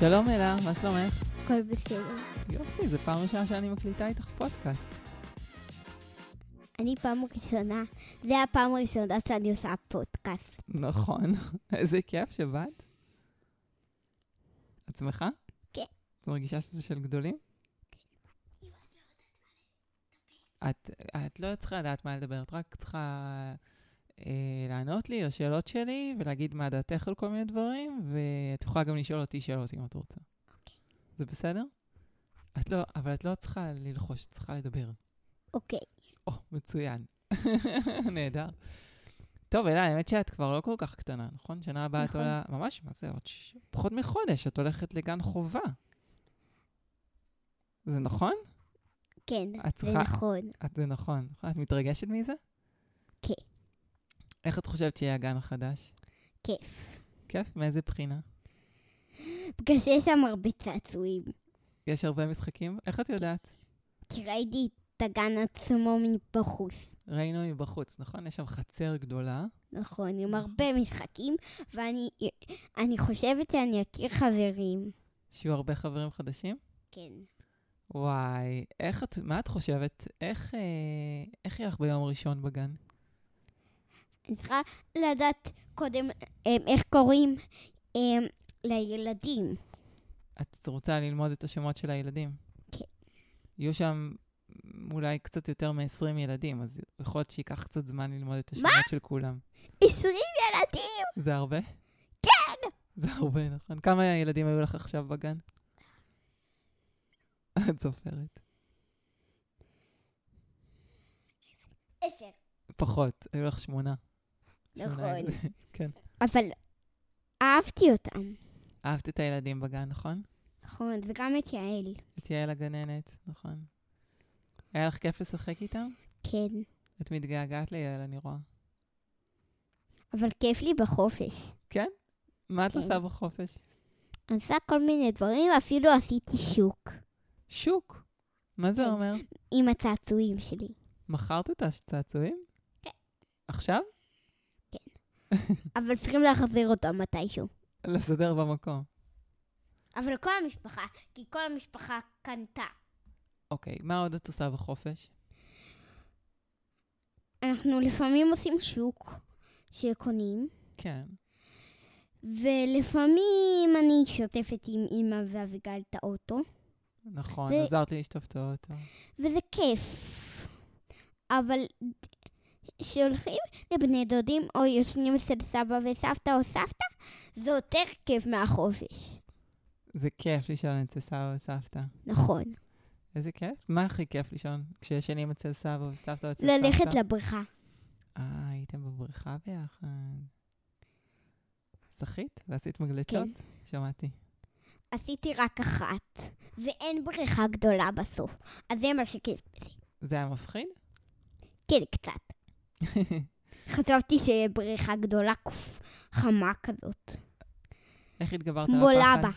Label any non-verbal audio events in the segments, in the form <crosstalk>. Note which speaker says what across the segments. Speaker 1: שלום אלה, מה שלומך?
Speaker 2: הכל בסדר.
Speaker 1: יופי, זו פעם ראשונה שאני מקליטה איתך פודקאסט.
Speaker 2: אני פעם ראשונה, זה הפעם הראשונה שאני עושה פודקאסט.
Speaker 1: נכון. איזה כיף שבאת. את שמחה?
Speaker 2: כן.
Speaker 1: את מרגישה שזה של גדולים? את, את לא צריכה לדעת מה לדבר, את רק צריכה אה, לענות לי לשאלות שלי ולהגיד מה דעתך על כל מיני דברים, ואת יכולה גם לשאול אותי שאלות אם את רוצה. זה בסדר? את לא, אבל את לא צריכה ללחוש, את צריכה לדבר.
Speaker 2: אוקיי,
Speaker 1: או, מצוין. <laughs> נהדר. טוב, אלה, האמת שאת כבר לא כל כך קטנה, נכון? שנה הבאה את
Speaker 2: נכון.
Speaker 1: עולה... ממש, מה זה? עוד ש... פחות מחודש את הולכת לגן חובה. זה נכון?
Speaker 2: כן,
Speaker 1: את
Speaker 2: זה
Speaker 1: צריכה-
Speaker 2: נכון.
Speaker 1: את, זה נכון. נכון? את מתרגשת מזה?
Speaker 2: כן.
Speaker 1: איך את חושבת שיהיה הגן החדש?
Speaker 2: כיף.
Speaker 1: כיף? מאיזה בחינה?
Speaker 2: בגלל שיש שם הרבה צעצועים.
Speaker 1: יש הרבה משחקים? איך את יודעת?
Speaker 2: כי ראיתי את הגן עצמו מבחוץ.
Speaker 1: ראינו מבחוץ, נכון? יש שם חצר גדולה.
Speaker 2: נכון, עם הרבה משחקים, ואני אני חושבת שאני אכיר חברים.
Speaker 1: שיהיו הרבה חברים חדשים.
Speaker 2: כן.
Speaker 1: וואי, איך את, מה את חושבת? איך, אה, איך יהיה לך ביום ראשון בגן?
Speaker 2: אני צריכה לדעת קודם אמ, איך קוראים אמ, לילדים.
Speaker 1: את רוצה ללמוד את השמות של הילדים?
Speaker 2: כן.
Speaker 1: יהיו שם אולי קצת יותר מ-20 ילדים, אז יכול להיות שייקח קצת זמן ללמוד את השמות של כולם.
Speaker 2: עשרים ילדים!
Speaker 1: זה הרבה? כן! זה הרבה, נכון. כמה ילדים היו לך עכשיו בגן? את סופרת.
Speaker 2: עשר.
Speaker 1: פחות, היו לך שמונה. שמונה
Speaker 2: נכון.
Speaker 1: ילדים. כן.
Speaker 2: אבל אהבתי אותם.
Speaker 1: אהבת את הילדים בגן, נכון?
Speaker 2: נכון, וגם את יעל.
Speaker 1: את יעל הגננת, נכון. היה לך כיף לשחק איתם?
Speaker 2: כן.
Speaker 1: את מתגעגעת ליעל, אני רואה.
Speaker 2: אבל כיף לי בחופש.
Speaker 1: מה את
Speaker 2: כן.
Speaker 1: עושה בחופש?
Speaker 2: אני עושה כל מיני דברים, אפילו עשיתי שוק
Speaker 1: שוק. מה זה
Speaker 2: כן.
Speaker 1: אומר?
Speaker 2: עם הצעצועים שלי.
Speaker 1: מכרת את הצעצועים?
Speaker 2: כן.
Speaker 1: עכשיו?
Speaker 2: אבל צריכים להחזיר אותם מתישהו.
Speaker 1: לסדר במקום.
Speaker 2: אבל כל המשפחה, כי כל המשפחה קנתה.
Speaker 1: אוקיי, מה עוד את עושה בחופש?
Speaker 2: אנחנו לפעמים עושים שוק שקונים,
Speaker 1: כן.
Speaker 2: ולפעמים אני שוטפת עם אמא ואביגיל את האוטו,
Speaker 1: נכון,
Speaker 2: זה-
Speaker 1: עזרת לי לשטוף את האוטו.
Speaker 2: וזה כיף. אבל כשהולכים לבני דודים או יושנים אצל סבא וסבתא או סבתא, זה יותר כיף מהחופש.
Speaker 1: זה כיף לישון אצל סבא וסבתא.
Speaker 2: נכון.
Speaker 1: איזה כיף? מה הכי כיף לישון? כשישנים אצל סבא וסבתא או אצל סבתא?
Speaker 2: ללכת לבריכה.
Speaker 1: אה, הייתם בבריכה ביחד. שחית? ועשית מגלצ'ות?
Speaker 2: כן.
Speaker 1: שמעתי.
Speaker 2: עשיתי רק אחת, ואין בריכה גדולה בסוף. אז זה מה שכיף.
Speaker 1: זה היה מפחיד? <laughs>
Speaker 2: כן, קצת. חשבתי שבריכה גדולה קוף, חמה כזאת.
Speaker 1: איך התגברת על הפחד?
Speaker 2: בולה בה.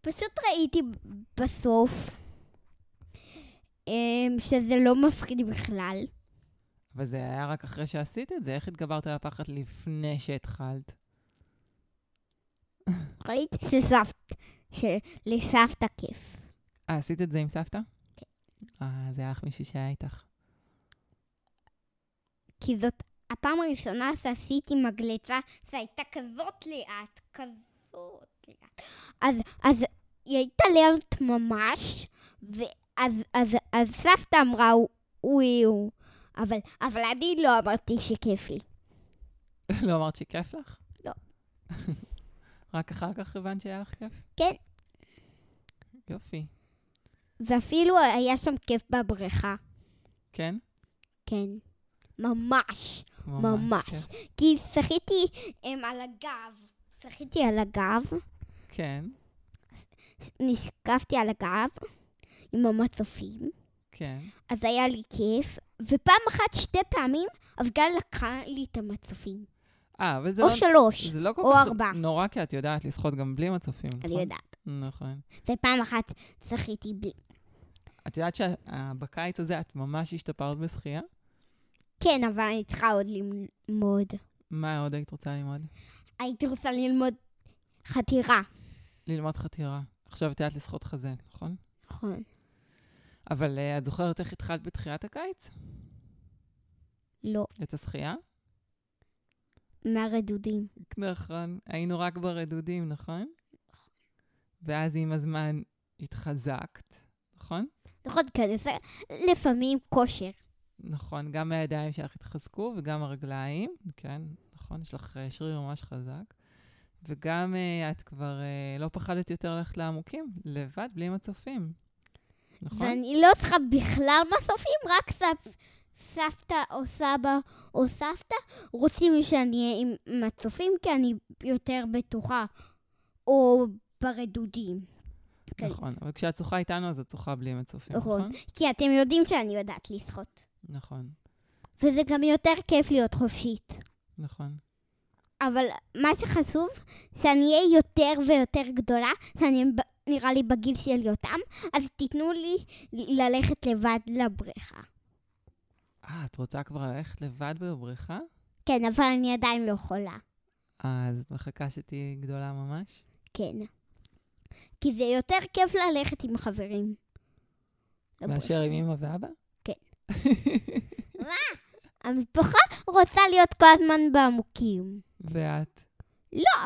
Speaker 2: פשוט ראיתי בסוף אמ, שזה לא מפחיד בכלל.
Speaker 1: אבל זה היה רק אחרי שעשית את זה, איך התגברת על הפחד לפני שהתחלת?
Speaker 2: ראיתי שסבת, שלסבתא כיף.
Speaker 1: אה, עשית את זה עם סבתא?
Speaker 2: כן.
Speaker 1: אה, זה היה לך מישהי שהיה איתך. <laughs>
Speaker 2: כי זאת הפעם הראשונה שעשיתי מגלצה שהייתה כזאת לאט, כזאת לאט. אז, אז היא הייתה לאט ממש, ואז אז, אז סבתא אמרה, וואו, אבל, אבל אני לא אמרתי שכיף לי.
Speaker 1: לא אמרת שכיף לך?
Speaker 2: לא.
Speaker 1: <laughs> רק אחר כך הבנת שהיה לך כיף?
Speaker 2: כן.
Speaker 1: יופי.
Speaker 2: ואפילו היה שם כיף בבריכה,
Speaker 1: כן?
Speaker 2: כן. ממש. ממש.
Speaker 1: כיף.
Speaker 2: כי שחיתי הם, על הגב. שחיתי על הגב,
Speaker 1: כן,
Speaker 2: נשקפתי על הגב עם המצופים.
Speaker 1: כן.
Speaker 2: אז היה לי כיף, ופעם אחת, שתי פעמים, אביגל לקחה לי את המצופים.
Speaker 1: אה, אבל זה
Speaker 2: או
Speaker 1: לא...
Speaker 2: שלוש,
Speaker 1: זה לא כל
Speaker 2: או
Speaker 1: כך
Speaker 2: ארבע.
Speaker 1: נורא, כי את יודעת לשחות גם בלי מצופים, נכון?
Speaker 2: אני יודעת.
Speaker 1: נכון.
Speaker 2: ופעם אחת שחיתי בלי.
Speaker 1: את יודעת שבקיץ הזה את ממש השתפרת בשחייה?
Speaker 2: כן, אבל אני צריכה עוד ללמוד.
Speaker 1: מה עוד היית רוצה ללמוד?
Speaker 2: הייתי רוצה ללמוד חתירה.
Speaker 1: ללמוד חתירה. עכשיו את יודעת לשחות חזה, נכון?
Speaker 2: נכון.
Speaker 1: אבל אה, את זוכרת איך התחלת בתחיית הקיץ?
Speaker 2: לא.
Speaker 1: את השחייה?
Speaker 2: מהרדודים.
Speaker 1: נכון, היינו רק ברדודים, נכון? ואז עם הזמן התחזקת, נכון?
Speaker 2: נכון, כי אני עושה לפעמים כושר.
Speaker 1: נכון, גם הידיים שלך התחזקו וגם הרגליים, כן, נכון, יש לך אה, שריר ממש חזק. וגם אה, את כבר אה, לא פחדת יותר ללכת לעמוקים, לבד, בלי מצופים. נכון?
Speaker 2: ואני לא צריכה בכלל מסופים, רק סב... סבתא או סבא או סבתא רוצים שאני אהיה עם מצופים כי אני יותר בטוחה, או ברדודים. כן.
Speaker 1: נכון, אבל כשאת שוחה איתנו אז את שוחה בלי מצופים,
Speaker 2: נכון.
Speaker 1: נכון?
Speaker 2: כי אתם יודעים שאני יודעת לשחות.
Speaker 1: נכון,
Speaker 2: וזה גם יותר כיף להיות חופשית.
Speaker 1: נכון.
Speaker 2: אבל מה שחשוב, שאני אהיה יותר ויותר גדולה, שאני ב- נראה לי בגיל של יותם, אז תיתנו לי ל- ללכת לבד לבריכה.
Speaker 1: אה, את רוצה כבר ללכת לבד בבריכה?
Speaker 2: כן, אבל אני עדיין לא יכולה.
Speaker 1: אה, אז את מחכה שתהיי גדולה ממש?
Speaker 2: כן. כי זה יותר כיף ללכת עם חברים. לא
Speaker 1: מאשר עם אמא ואבא?
Speaker 2: כן. המשפחה רוצה להיות כל הזמן בעמוקים.
Speaker 1: <laughs> ואת?
Speaker 2: לא.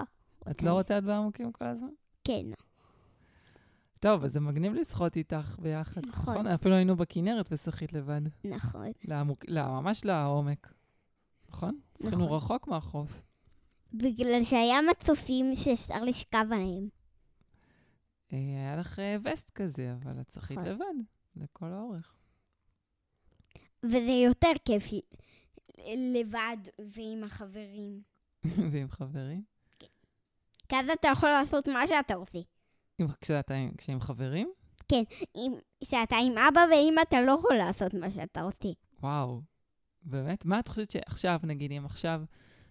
Speaker 1: את לא רוצה להיות בעמוקים כל הזמן?
Speaker 2: כן.
Speaker 1: טוב, אז זה מגניב לשחות איתך ביחד.
Speaker 2: נכון.
Speaker 1: נכון, אפילו היינו בכנרת ושחית לבד.
Speaker 2: נכון.
Speaker 1: לעמוק, לא, ממש לעומק. נכון? שחינו
Speaker 2: נכון.
Speaker 1: רחוק מהחוף.
Speaker 2: בגלל שהיה מצופים שאפשר לשכב עליהם.
Speaker 1: אה, היה לך אה, וסט כזה, אבל את שחית
Speaker 2: נכון.
Speaker 1: לבד, לכל האורך. <laughs>
Speaker 2: וזה יותר כיף ל- לבד ועם החברים.
Speaker 1: ועם חברים.
Speaker 2: כי אז אתה יכול לעשות מה שאתה רוצה.
Speaker 1: עם- כשאתה עם- כשעם חברים?
Speaker 2: אם, שאתה עם אבא ואמא אתה לא יכול לעשות מה שאתה רוצה.
Speaker 1: וואו. באמת? מה את חושבת שעכשיו, נגיד, אם עכשיו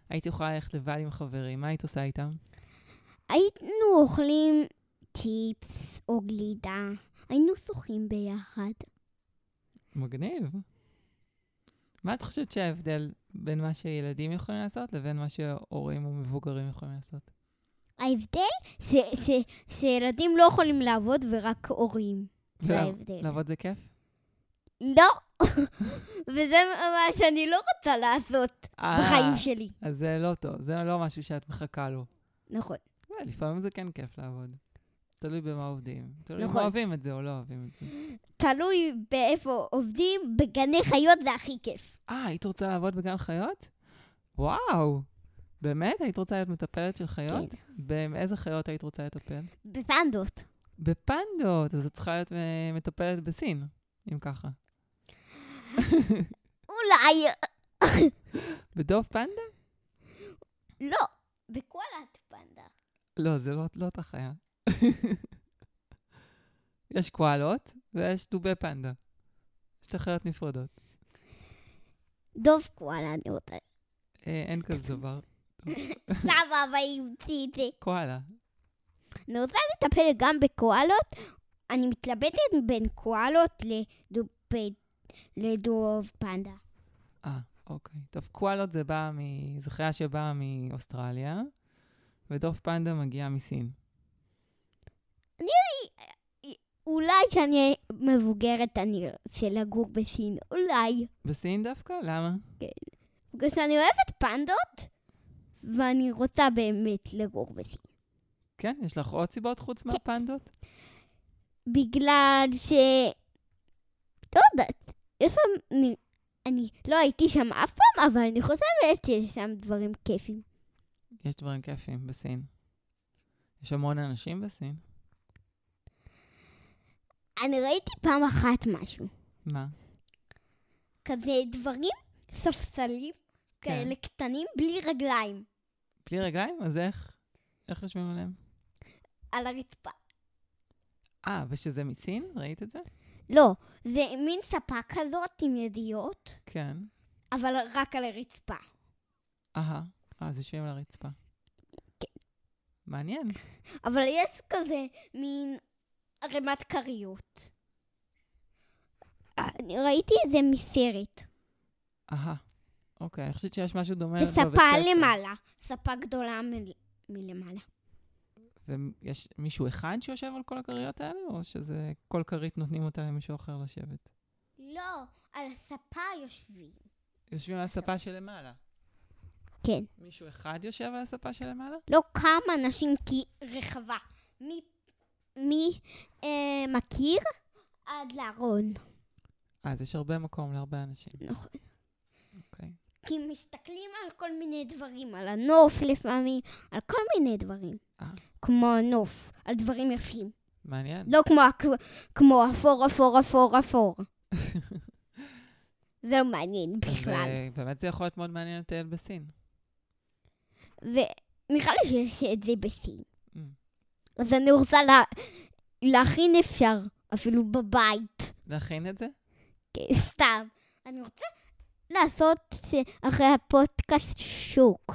Speaker 1: היית יכולה ללכת לבד עם חברים, מה היית עושה איתם?
Speaker 2: היינו אוכלים צ'יפס או גלידה, היינו שוחים ביחד.
Speaker 1: מגניב. מה את חושבת שההבדל בין מה שילדים יכולים לעשות לבין מה שהורים ומבוגרים יכולים לעשות?
Speaker 2: ההבדל ש, ש, שילדים לא יכולים לעבוד ורק הורים. זה
Speaker 1: ולעב-
Speaker 2: ההבדל.
Speaker 1: לעבוד זה כיף?
Speaker 2: לא. <laughs> וזה מה שאני לא רוצה לעשות
Speaker 1: אה,
Speaker 2: בחיים שלי.
Speaker 1: אז זה לא טוב, זה לא משהו שאת מחכה לו.
Speaker 2: נכון.
Speaker 1: אה, לפעמים זה כן כיף לעבוד. תלוי במה עובדים. תלוי אם
Speaker 2: נכון.
Speaker 1: אוהבים את זה או לא אוהבים את זה.
Speaker 2: תלוי באיפה עובדים, בגני חיות זה הכי כיף.
Speaker 1: אה, היית רוצה לעבוד בגן חיות? וואו, באמת? היית רוצה להיות מטפלת של חיות? באיזה חיות היית רוצה לטפל?
Speaker 2: בפנדות.
Speaker 1: בפנדות, אז את צריכה להיות אה, מטפלת בסין, אם ככה.
Speaker 2: אולי,
Speaker 1: בדוב פנדה?
Speaker 2: לא. בקואלת פנדה.
Speaker 1: לא, זה לא, לא אותה חיה. <laughs> יש קואלות ויש דובי פנדה. שתי חיות נפרדות.
Speaker 2: דוב קואלה אני רוצה.
Speaker 1: אה, אין כזה דבר.
Speaker 2: סבא אבא המציא את זה.
Speaker 1: קואלה.
Speaker 2: אני רוצה לטפל גם בקואלות. אני מתלבטת בין קואלות לדוב- לדוב פנדה.
Speaker 1: אה, אוקיי. טוב, קואלות זה בא מ... זו חיה שבאה מאוסטרליה, ודוב פנדה מגיע מסין.
Speaker 2: אולי כשאני אהיה מבוגרת אני ארצה לגור בסין, אולי.
Speaker 1: בסין דווקא? למה?
Speaker 2: בגלל שאני אוהבת פנדות, ואני רוצה באמת לגור בסין.
Speaker 1: כן, יש לך עוד סיבות חוץ מהפנדות?
Speaker 2: בגלל ש... לא יודעת, יש שם... אני, אני לא הייתי שם אף פעם, אבל אני חושבת שיש שם דברים כיפים.
Speaker 1: יש דברים כיפים בסין. יש המון אנשים בסין.
Speaker 2: אני ראיתי פעם אחת משהו.
Speaker 1: מה?
Speaker 2: כזה דברים, ספסלים,
Speaker 1: כן.
Speaker 2: כאלה קטנים, בלי רגליים,
Speaker 1: בלי רגליים? אז איך? איך יושבים עליהם?
Speaker 2: על הרצפה.
Speaker 1: אה, ושזה מסין? ראית את זה?
Speaker 2: לא, זה מין ספה כזאת עם ידיות,
Speaker 1: כן.
Speaker 2: אבל רק על הרצפה.
Speaker 1: אהה. אה, אז יושבים על הרצפה. מעניין.
Speaker 2: אבל יש כזה מין ערימת כריות. אה, אני ראיתי את זה מסרט.
Speaker 1: אהה. אוקיי, אני חושבת שיש משהו דומה בבית ספר.
Speaker 2: וספה למעלה, ספה גדולה מל... מלמעלה.
Speaker 1: ויש מישהו אחד שיושב על כל הכריות האלה, או שזה כל כרית נותנים אותה למישהו אחר לשבת?
Speaker 2: לא, על הספה יושבים.
Speaker 1: יושבים על הספה שלמעלה.
Speaker 2: כן.
Speaker 1: מישהו אחד יושב על הספה שלמעלה?
Speaker 2: לא כמה אנשים כי רחבה. ממכיר עד לארון.
Speaker 1: אז יש הרבה מקום להרבה אנשים,
Speaker 2: נכון.
Speaker 1: אוקיי.
Speaker 2: כי מסתכלים על כל מיני דברים, על הנוף לפעמים, על כל מיני דברים.
Speaker 1: אה.
Speaker 2: כמו הנוף, על דברים יפים.
Speaker 1: מעניין. <laughs>
Speaker 2: לא כמו, הכ- כמו אפור, אפור, אפור, אפור. זה לא מעניין בכלל.
Speaker 1: אז, אה, באמת זה יכול להיות מאוד מעניין לטייל בסין.
Speaker 2: ונראה לי שיש את זה בסין.
Speaker 1: Mm.
Speaker 2: אז אני רוצה לה... להכין אפשר, אפילו בבית.
Speaker 1: להכין את זה?
Speaker 2: כן, סתם. אני רוצה לעשות ש- אחרי הפודקאסט שוק.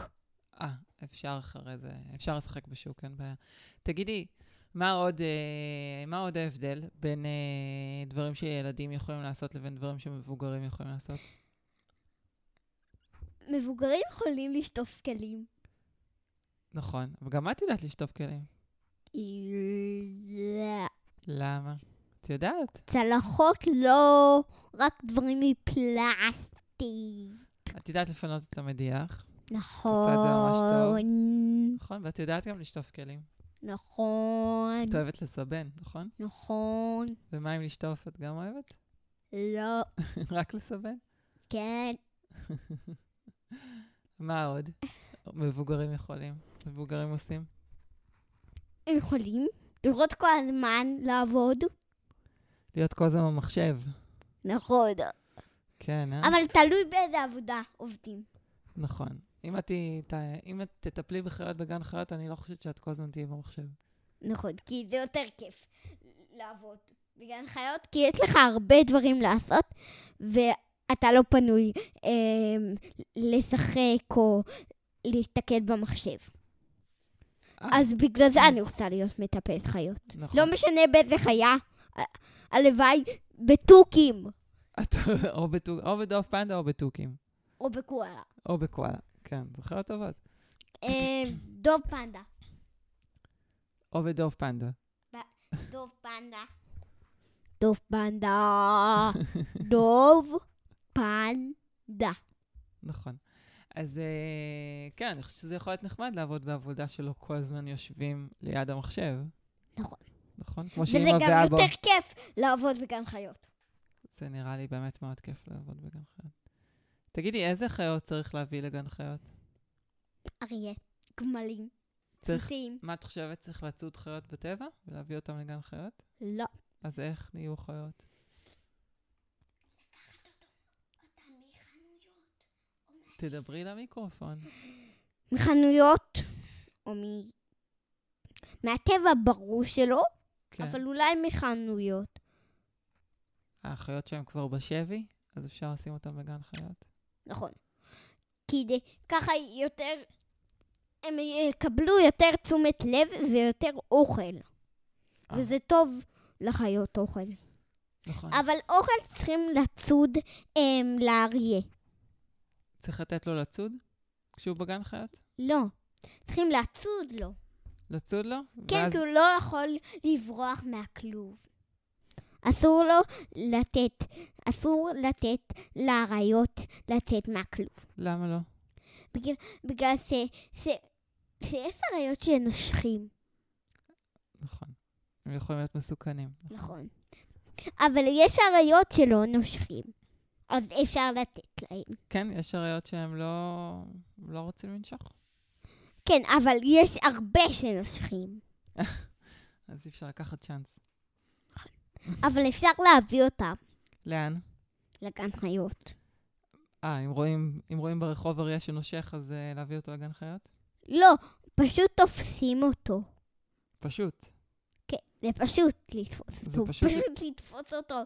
Speaker 1: אה, אפשר אחרי זה, אפשר לשחק בשוק, אין בעיה. תגידי, מה עוד, אה, מה עוד ההבדל בין אה, דברים שילדים יכולים לעשות לבין דברים שמבוגרים יכולים לעשות?
Speaker 2: מבוגרים יכולים לשטוף כלים.
Speaker 1: נכון, אבל גם את יודעת לשטוף כלים. למה? את יודעת?
Speaker 2: צלחות לא, רק דברים מפלסטיק.
Speaker 1: את יודעת לפנות את המדיח,
Speaker 2: נכון.
Speaker 1: ממש טוב. נכון? ואת יודעת גם לשטוף כלים.
Speaker 2: נכון.
Speaker 1: את אוהבת לסבן, נכון?
Speaker 2: נכון.
Speaker 1: ומה עם לשטוף את גם אוהבת? <laughs>
Speaker 2: לא.
Speaker 1: רק לסבן?
Speaker 2: כן.
Speaker 1: מה עוד? מבוגרים יכולים, מבוגרים עושים.
Speaker 2: הם יכולים לראות כל הזמן, לעבוד.
Speaker 1: להיות כל הזמן במחשב.
Speaker 2: נכון.
Speaker 1: כן, אה?
Speaker 2: אבל תלוי באיזה עבודה עובדים.
Speaker 1: נכון. אם את, תהיי- ת- אם את תטפלי בחיות בגן חיות, אני לא חושבת שאת כל הזמן תהיי במחשב.
Speaker 2: נכון, כי זה יותר כיף לעבוד בגן חיות, כי יש לך הרבה דברים לעשות, ואתה לא פנוי אה, לשחק או להסתכל במחשב.
Speaker 1: אה,
Speaker 2: אז בגלל זה אני רוצה להיות מטפלת חיות.
Speaker 1: נכון.
Speaker 2: לא משנה באיזה חיה, ה- הלוואי בתוכים
Speaker 1: את- <laughs> או בטו- או בדוב פנדה או בתוכים.
Speaker 2: או בקואלה.
Speaker 1: או בקואלה. כן, זה חיות טובות.
Speaker 2: אה, דוב פנדה.
Speaker 1: או בדוב פנדה.
Speaker 2: דוב פנדה. דוב פנדה. דוב פנדה.
Speaker 1: נכון. אז אה, כן, אני חושבת שזה יכול להיות נחמד לעבוד בעבודה שלא כל הזמן יושבים ליד המחשב.
Speaker 2: נכון.
Speaker 1: נכון? כמו
Speaker 2: וזה
Speaker 1: שאימא
Speaker 2: גם
Speaker 1: ואבא...
Speaker 2: יותר כיף לעבוד בגן חיות.
Speaker 1: זה נראה לי באמת מאוד כיף לעבוד בגן חיות. תגידי, איזה חיות צריך להביא לגן חיות?
Speaker 2: אריה, גמלים,
Speaker 1: צריך-
Speaker 2: סוסים.
Speaker 1: מה את חושבת? צריך לצוד חיות בטבע ולהביא אותן לגן חיות?
Speaker 2: לא.
Speaker 1: אז איך נהיו חיות? תדברי למיקרופון.
Speaker 2: מחנויות, או מ... מהטבע ברור שלא,
Speaker 1: כן. אבל...
Speaker 2: אבל אולי מחנויות.
Speaker 1: החיות שהן כבר בשבי, אז אפשר לשים אותן בגן חיות.
Speaker 2: נכון. כדי ככה יותר... הם יקבלו יותר תשומת לב ויותר אוכל.
Speaker 1: אה.
Speaker 2: וזה טוב לחיות אוכל.
Speaker 1: נכון.
Speaker 2: אבל אוכל צריכים לצוד אמ, לאריה.
Speaker 1: צריך לתת לו לצוד? כשהוא בגן חיות?
Speaker 2: לא. צריכים לצוד לו.
Speaker 1: לצוד לו?
Speaker 2: כן,
Speaker 1: ואז-
Speaker 2: כי הוא לא יכול לברוח מהכלוב. אסור לו לתת, אסור לתת לאריות לצאת מהכלוב.
Speaker 1: למה לא?
Speaker 2: בגלל, בגלל ש, ש, שיש אריות שנושכים,
Speaker 1: נכון. הם יכולים להיות מסוכנים.
Speaker 2: נכון. אבל יש אריות שלא נושכים, אז אפשר לתת להם.
Speaker 1: כן, יש אריות שהם לא... לא רוצים לנשוך,
Speaker 2: כן, אבל יש הרבה שנושכים,
Speaker 1: אז אי אפשר לקחת צ'אנס.
Speaker 2: אבל אפשר להביא אותם
Speaker 1: לאן?
Speaker 2: לגן חיות.
Speaker 1: אה, אם רואים, אם רואים ברחוב אריה שנושך, אז אה, להביא אותו לגן חיות?
Speaker 2: לא, פשוט תופסים אותו.
Speaker 1: פשוט.
Speaker 2: כן, זה פשוט לתפוס
Speaker 1: זה
Speaker 2: אותו.
Speaker 1: פשוט-
Speaker 2: פשוט... פשוט לתפוס אותו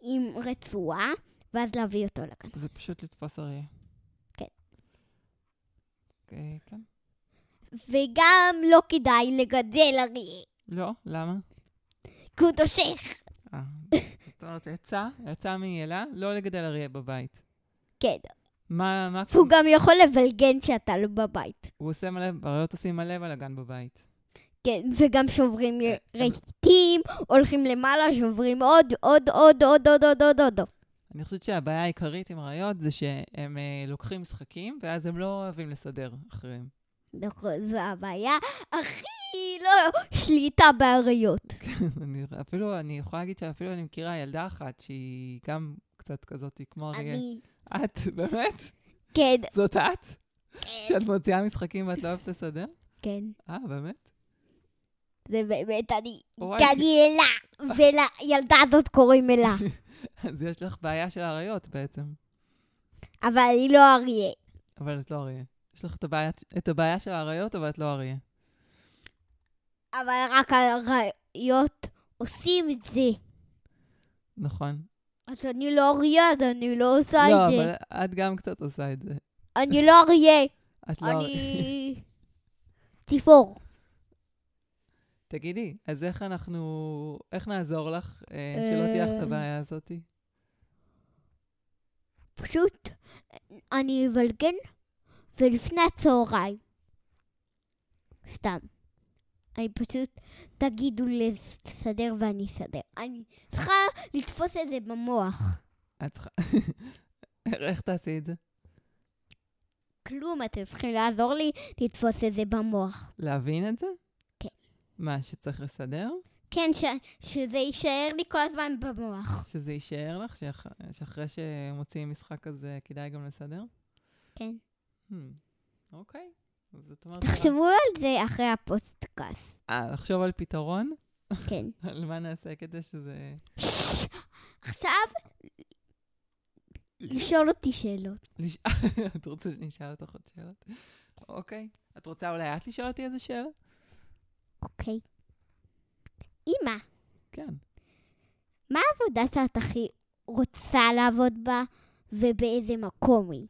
Speaker 2: עם רצועה, ואז להביא אותו לגן.
Speaker 1: זה פשוט לתפוס אריה.
Speaker 2: כן.
Speaker 1: אה, כן.
Speaker 2: וגם לא כדאי לגדל אריה,
Speaker 1: לא, למה?
Speaker 2: כי הוא נושך.
Speaker 1: אה, זאת אומרת, עצה, עצה מעילה, לא לגדל אריה בבית.
Speaker 2: כן,
Speaker 1: מה, מה,
Speaker 2: והוא גם יכול לבלגן כשאתה לא בבית.
Speaker 1: הוא עושה מלא, אריות עושים מלא בלאגן בבית.
Speaker 2: כן, וגם שוברים
Speaker 1: כן,
Speaker 2: רהיטים, הולכים למעלה, שוברים עוד, עוד, עוד, עוד, עוד, עוד, עוד, עוד. עוד.
Speaker 1: אני חושבת שהבעיה העיקרית עם ראיות זה שהם אה, לוקחים משחקים, ואז הם לא אוהבים לסדר אחריהם. <laughs>
Speaker 2: נכון, זו הבעיה הכי לא שליטה בעריות.
Speaker 1: אני, אפילו, אני יכולה להגיד שאפילו אני מכירה ילדה אחת שהיא גם קצת כזאת כמו אריה.
Speaker 2: אני,
Speaker 1: את, באמת?
Speaker 2: כן,
Speaker 1: זאת את? שאת מוציאה משחקים ואת לא אוהבת לסדר?
Speaker 2: כן,
Speaker 1: אה, באמת?
Speaker 2: זה באמת אני.
Speaker 1: וואי,
Speaker 2: כי אני אלה, ולילדה הזאת קוראים אלה.
Speaker 1: אז יש לך בעיה של אריות בעצם.
Speaker 2: אבל אני לא אריה.
Speaker 1: אבל את לא אריה. יש לך את הבעיה, את הבעיה של האריות, אבל את לא אריה.
Speaker 2: אבל רק האריות עושים את זה.
Speaker 1: נכון.
Speaker 2: אז אני לא אריה, אז אני לא עושה
Speaker 1: לא,
Speaker 2: את זה.
Speaker 1: אבל את גם קצת עושה את זה.
Speaker 2: אני לא אריה,
Speaker 1: את לא אריה. <laughs>
Speaker 2: אני ציפור.
Speaker 1: תגידי, אז איך אנחנו... איך נעזור לך אה, שלא תהיה לך את
Speaker 2: אה.
Speaker 1: הבעיה הזאת?
Speaker 2: פשוט אני אבלגן, ולפני הצהריים. סתם. אני פשוט, תגידו לסדר ואני אסדר. אני צריכה לתפוס את זה במוח.
Speaker 1: את צריכה... <laughs> איך תעשי את זה?
Speaker 2: כלום, אתם צריכים לעזור לי לתפוס את זה במוח.
Speaker 1: להבין את זה?
Speaker 2: כן.
Speaker 1: מה, שצריך לסדר?
Speaker 2: כן, ש... שזה יישאר לי כל הזמן במוח.
Speaker 1: שזה יישאר לך? שאח... שאחרי שמוציאים משחק כזה כדאי גם לסדר?
Speaker 2: כן.
Speaker 1: Hmm. אוקיי. אז את אומרת...
Speaker 2: תחשבו על זה אחרי הפוסטקאסט.
Speaker 1: אה, לחשוב על פתרון?
Speaker 2: כן.
Speaker 1: על מה נעשה כדי שזה... <laughs>
Speaker 2: עכשיו, לשאול אותי שאלות.
Speaker 1: לש... את רוצה שאני אשאל אותך עוד שאלות? אוקיי. את רוצה אולי את לשאול אותי איזה שאלה?
Speaker 2: אוקיי. אמא,
Speaker 1: כן.
Speaker 2: עבודה שאת הכי רוצה לעבוד בה, ובאיזה מקום היא.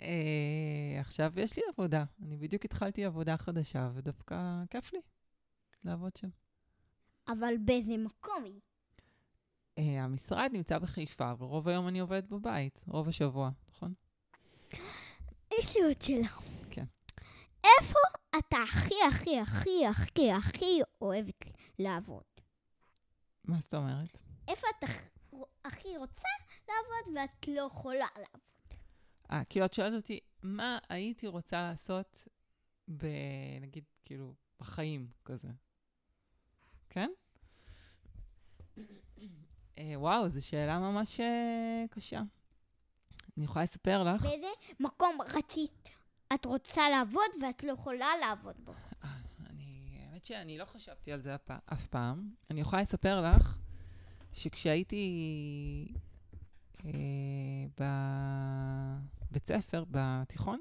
Speaker 1: אה, עכשיו יש לי עבודה. אני בדיוק התחלתי עבודה חדשה, ודווקא כיף לי לעבוד שם.
Speaker 2: אבל באיזה מקום היא.
Speaker 1: אה, המשרד נמצא בחיפה, אבל רוב היום אני עובדת בבית, רוב השבוע, נכון?
Speaker 2: יש לי עוד שאלה.
Speaker 1: כן.
Speaker 2: איפה אתה הכי הכי הכי הכי הכי אוהבת לעבוד?
Speaker 1: מה זאת אומרת?
Speaker 2: איפה את הכ- הכי רוצה לעבוד ואת לא יכולה לעבוד?
Speaker 1: אה, כאילו את שואלת אותי, מה הייתי רוצה לעשות ב... נגיד, כאילו, בחיים כזה? כן? אה, וואו, זו שאלה ממש אה, קשה. אני יכולה לספר לך?
Speaker 2: באיזה מקום רצית, את רוצה לעבוד ואת לא יכולה לעבוד בו?
Speaker 1: אני, האמת שאני לא חשבתי על זה אף פע- אף פעם. אני יכולה לספר לך שכשהייתי אה, בבית ספר, בתיכון,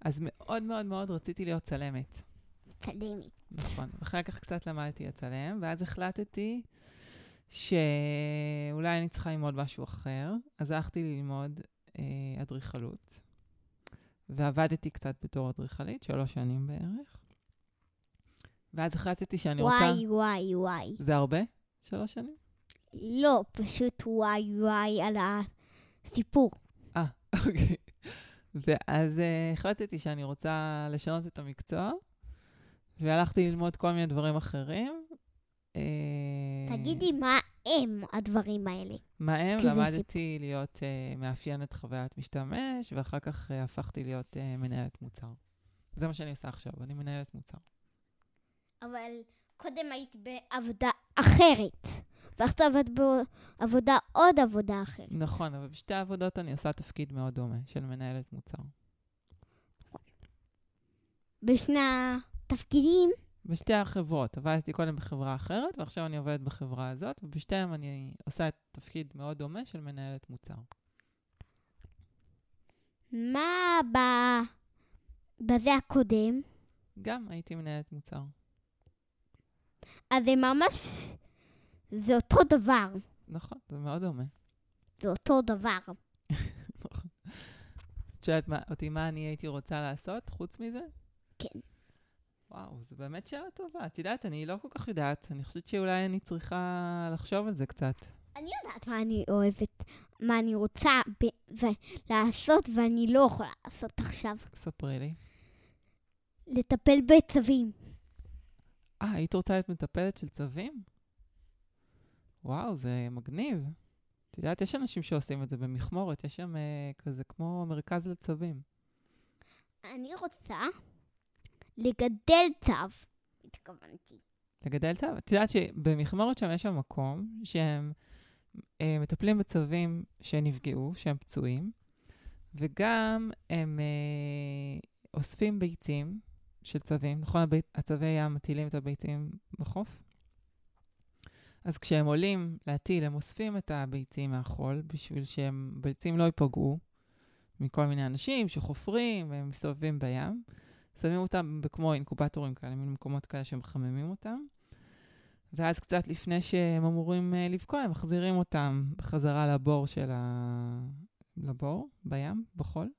Speaker 1: אז מאוד מאוד מאוד רציתי להיות צלמת.
Speaker 2: תדמי.
Speaker 1: נכון. אחר כך קצת למדתי לצלם, ואז החלטתי שאולי אני צריכה ללמוד משהו אחר. אז הלכתי ללמוד אה, אדריכלות, ועבדתי קצת בתור אדריכלית, שלוש שנים בערך. ואז החלטתי שאני רוצה...
Speaker 2: וואי וואי וואי.
Speaker 1: זה הרבה? שלוש שנים? <laughs>
Speaker 2: לא, פשוט וואי וואי על הסיפור.
Speaker 1: אה, אוקיי. ואז uh, החלטתי שאני רוצה לשנות את המקצוע, והלכתי ללמוד כל מיני דברים אחרים. אה,
Speaker 2: תגידי מה הם הדברים האלה.
Speaker 1: מה הם?
Speaker 2: כזה
Speaker 1: למדתי להיות אה, מאפיינת חוויית משתמש, ואחר כך אה, הפכתי להיות אה, מנהלת מוצר. זה מה שאני עושה עכשיו, אני מנהלת מוצר.
Speaker 2: אבל קודם היית בעבודה אחרת, ועכשיו את בעבודה עוד עבודה אחרת.
Speaker 1: נכון, אבל בשתי העבודות אני עושה תפקיד מאוד דומה, של מנהלת מוצר.
Speaker 2: בשני התפקידים,
Speaker 1: בשתי החברות. עבדתי קודם בחברה אחרת, ועכשיו אני עובדת בחברה הזאת, ובשתיהן אני עושה את תפקיד מאוד דומה של מנהלת מוצר.
Speaker 2: מה ב... בזה הקודם?
Speaker 1: גם הייתי מנהלת מוצר.
Speaker 2: אז זה ממש... זה אותו דבר.
Speaker 1: נכון, זה מאוד דומה.
Speaker 2: זה אותו דבר.
Speaker 1: נכון. את שואלת מה- אותי מה אני הייתי רוצה לעשות חוץ מזה?
Speaker 2: כן.
Speaker 1: וואו, זו באמת שאלה טובה. את יודעת, אני לא כל כך יודעת. אני חושבת שאולי אני צריכה לחשוב על זה קצת.
Speaker 2: אני יודעת מה אני אוהבת, מה אני רוצה ב- ו- לעשות ואני לא יכולה לעשות עכשיו.
Speaker 1: ספרי לי.
Speaker 2: לטפל בצווים.
Speaker 1: אה, היית רוצה להיות מטפלת של צבים? וואו, זה מגניב. את יודעת, יש אנשים שעושים את זה במכמורת, יש שם אה, כזה כמו מרכז לצבים.
Speaker 2: אני רוצה לגדל צב, התכוונתי.
Speaker 1: לגדל צב. את יודעת שבמכמורת שם יש שם מקום שהם אה, מטפלים בצבים שנפגעו, שהם פצועים, וגם הם אה, אוספים ביצים של צבים. נכון, הבי, הצבי ים מטילים את הביצים בחוף? אז כשהם עולים להטיל, הם אוספים את הביצים מהחול, בשביל שהביצים לא ייפגעו מכל מיני אנשים שחופרים והם מסתובבים בים. שמים אותם בכמו אינקובטורים כאלה, מין מקומות כאלה שמחממים אותם. ואז קצת לפני שהם אמורים אה, לבקוע, הם מחזירים אותם בחזרה לבור של ה... לבור, בים, בחול,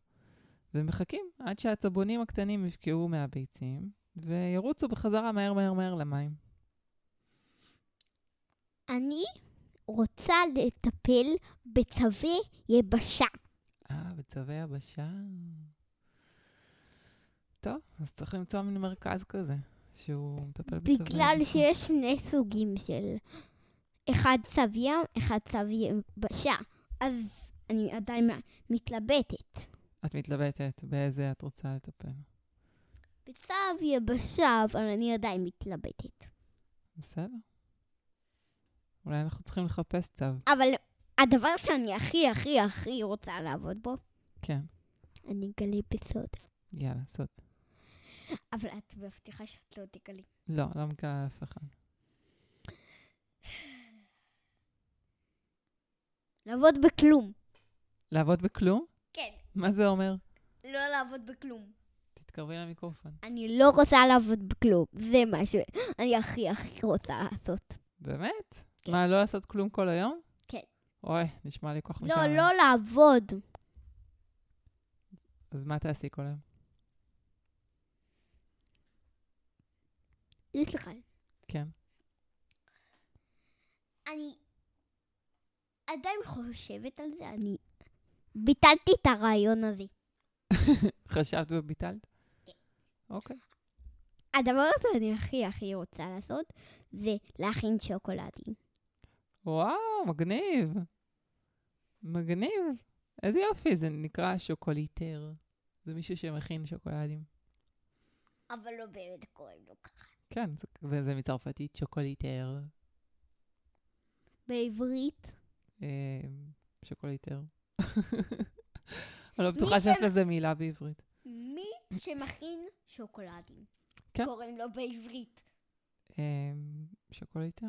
Speaker 1: ומחכים עד שהצבונים הקטנים יבקעו מהביצים, וירוצו בחזרה מהר מהר מהר למים.
Speaker 2: אני רוצה לטפל בצבי יבשה.
Speaker 1: אה, בצווי יבשה. טוב, אז צריך למצוא מין מרכז כזה, שהוא מטפל בצווי
Speaker 2: בגלל
Speaker 1: יבשה.
Speaker 2: שיש שני סוגים של אחד צב ים, אחד צב יבשה. אז אני עדיין מה- מתלבטת.
Speaker 1: את מתלבטת באיזה את רוצה לטפל.
Speaker 2: בצב יבשה, אבל אני עדיין מתלבטת.
Speaker 1: בסדר. אולי אנחנו צריכים לחפש צו.
Speaker 2: אבל הדבר שאני הכי הכי הכי רוצה לעבוד בו,
Speaker 1: כן,
Speaker 2: אני אגלה בסוד.
Speaker 1: יאללה, סוד.
Speaker 2: אבל את מבטיחה שאת לא תגלי.
Speaker 1: לא, לא מגלה לאף אחד.
Speaker 2: לעבוד בכלום.
Speaker 1: לעבוד בכלום?
Speaker 2: כן,
Speaker 1: מה זה אומר?
Speaker 2: לא לעבוד בכלום.
Speaker 1: תתקרבי למיקרופון.
Speaker 2: אני לא רוצה לעבוד בכלום. זה מה שאני הכי הכי רוצה לעשות.
Speaker 1: באמת?
Speaker 2: כן.
Speaker 1: מה, לא לעשות כלום כל היום?
Speaker 2: כן.
Speaker 1: אוי, נשמע לי כל כך
Speaker 2: לא,
Speaker 1: משעמם.
Speaker 2: לא לעבוד.
Speaker 1: אז מה תעשי כל היום?
Speaker 2: יש לך.
Speaker 1: כן.
Speaker 2: אני עדיין חושבת על זה, אני ביטלתי את הרעיון הזה.
Speaker 1: חשבת וביטלת?
Speaker 2: כן.
Speaker 1: אוקיי.
Speaker 2: הדבר הזה אני הכי הכי רוצה לעשות, זה להכין שוקולדים.
Speaker 1: וואו, מגניב. מגניב. איזה יופי, זה נקרא שוקוליטר. זה מישהו שמכין שוקולדים.
Speaker 2: אבל לא באמת קוראים לו ככה.
Speaker 1: כן, זה, וזה מצרפתית שוקוליטר.
Speaker 2: בעברית,
Speaker 1: אה, שוקוליטר. <laughs> אני לא
Speaker 2: מי
Speaker 1: בטוחה שיש
Speaker 2: שלא-
Speaker 1: לזה מילה בעברית.
Speaker 2: מי שמכין שוקולדים.
Speaker 1: כן.
Speaker 2: קוראים לו בעברית. אה!
Speaker 1: אה, שוקוליטר?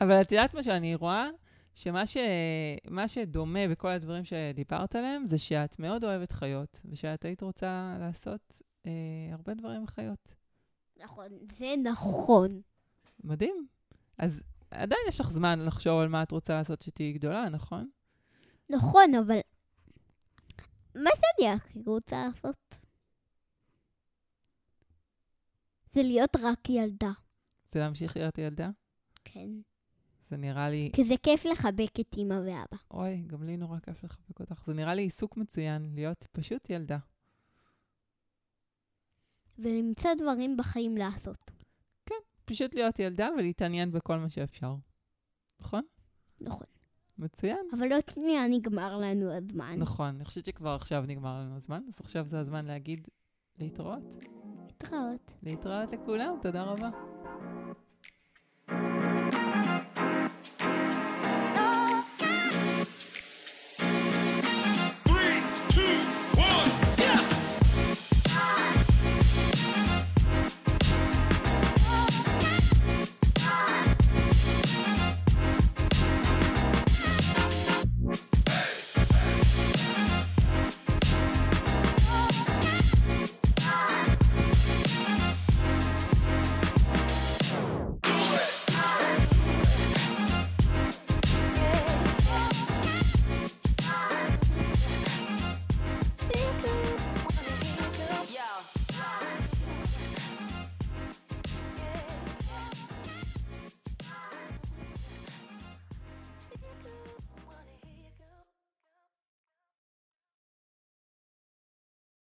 Speaker 1: אבל את יודעת מה שאני רואה? שמה ש... מה שדומה בכל הדברים שדיברת עליהם, זה שאת מאוד אוהבת חיות, ושאת היית רוצה לעשות אה, הרבה דברים עם חיות.
Speaker 2: נכון, זה נכון.
Speaker 1: מדהים. אז עדיין יש לך זמן לחשוב על מה את רוצה לעשות שתהיי גדולה, נכון?
Speaker 2: נכון, אבל... מה שאני הכי רוצה לעשות? זה להיות רק ילדה.
Speaker 1: זה להמשיך להיות ילדה?
Speaker 2: כן.
Speaker 1: זה נראה לי
Speaker 2: כי זה כיף לחבק את אמא ואבא.
Speaker 1: אוי, גם לי נורא כיף לחבק אותך. זה נראה לי עיסוק מצוין, להיות פשוט ילדה.
Speaker 2: ולמצוא דברים בחיים לעשות.
Speaker 1: פשוט להיות ילדה ולהתעניין בכל מה שאפשר. נכון?
Speaker 2: נכון.
Speaker 1: מצוין.
Speaker 2: אבל עוד שנייה נגמר לנו הזמן.
Speaker 1: נכון, אני חושבת שכבר עכשיו נגמר לנו הזמן, אז עכשיו זה הזמן להגיד להתראות.
Speaker 2: להתראות.
Speaker 1: להתראות לכולם, תודה רבה.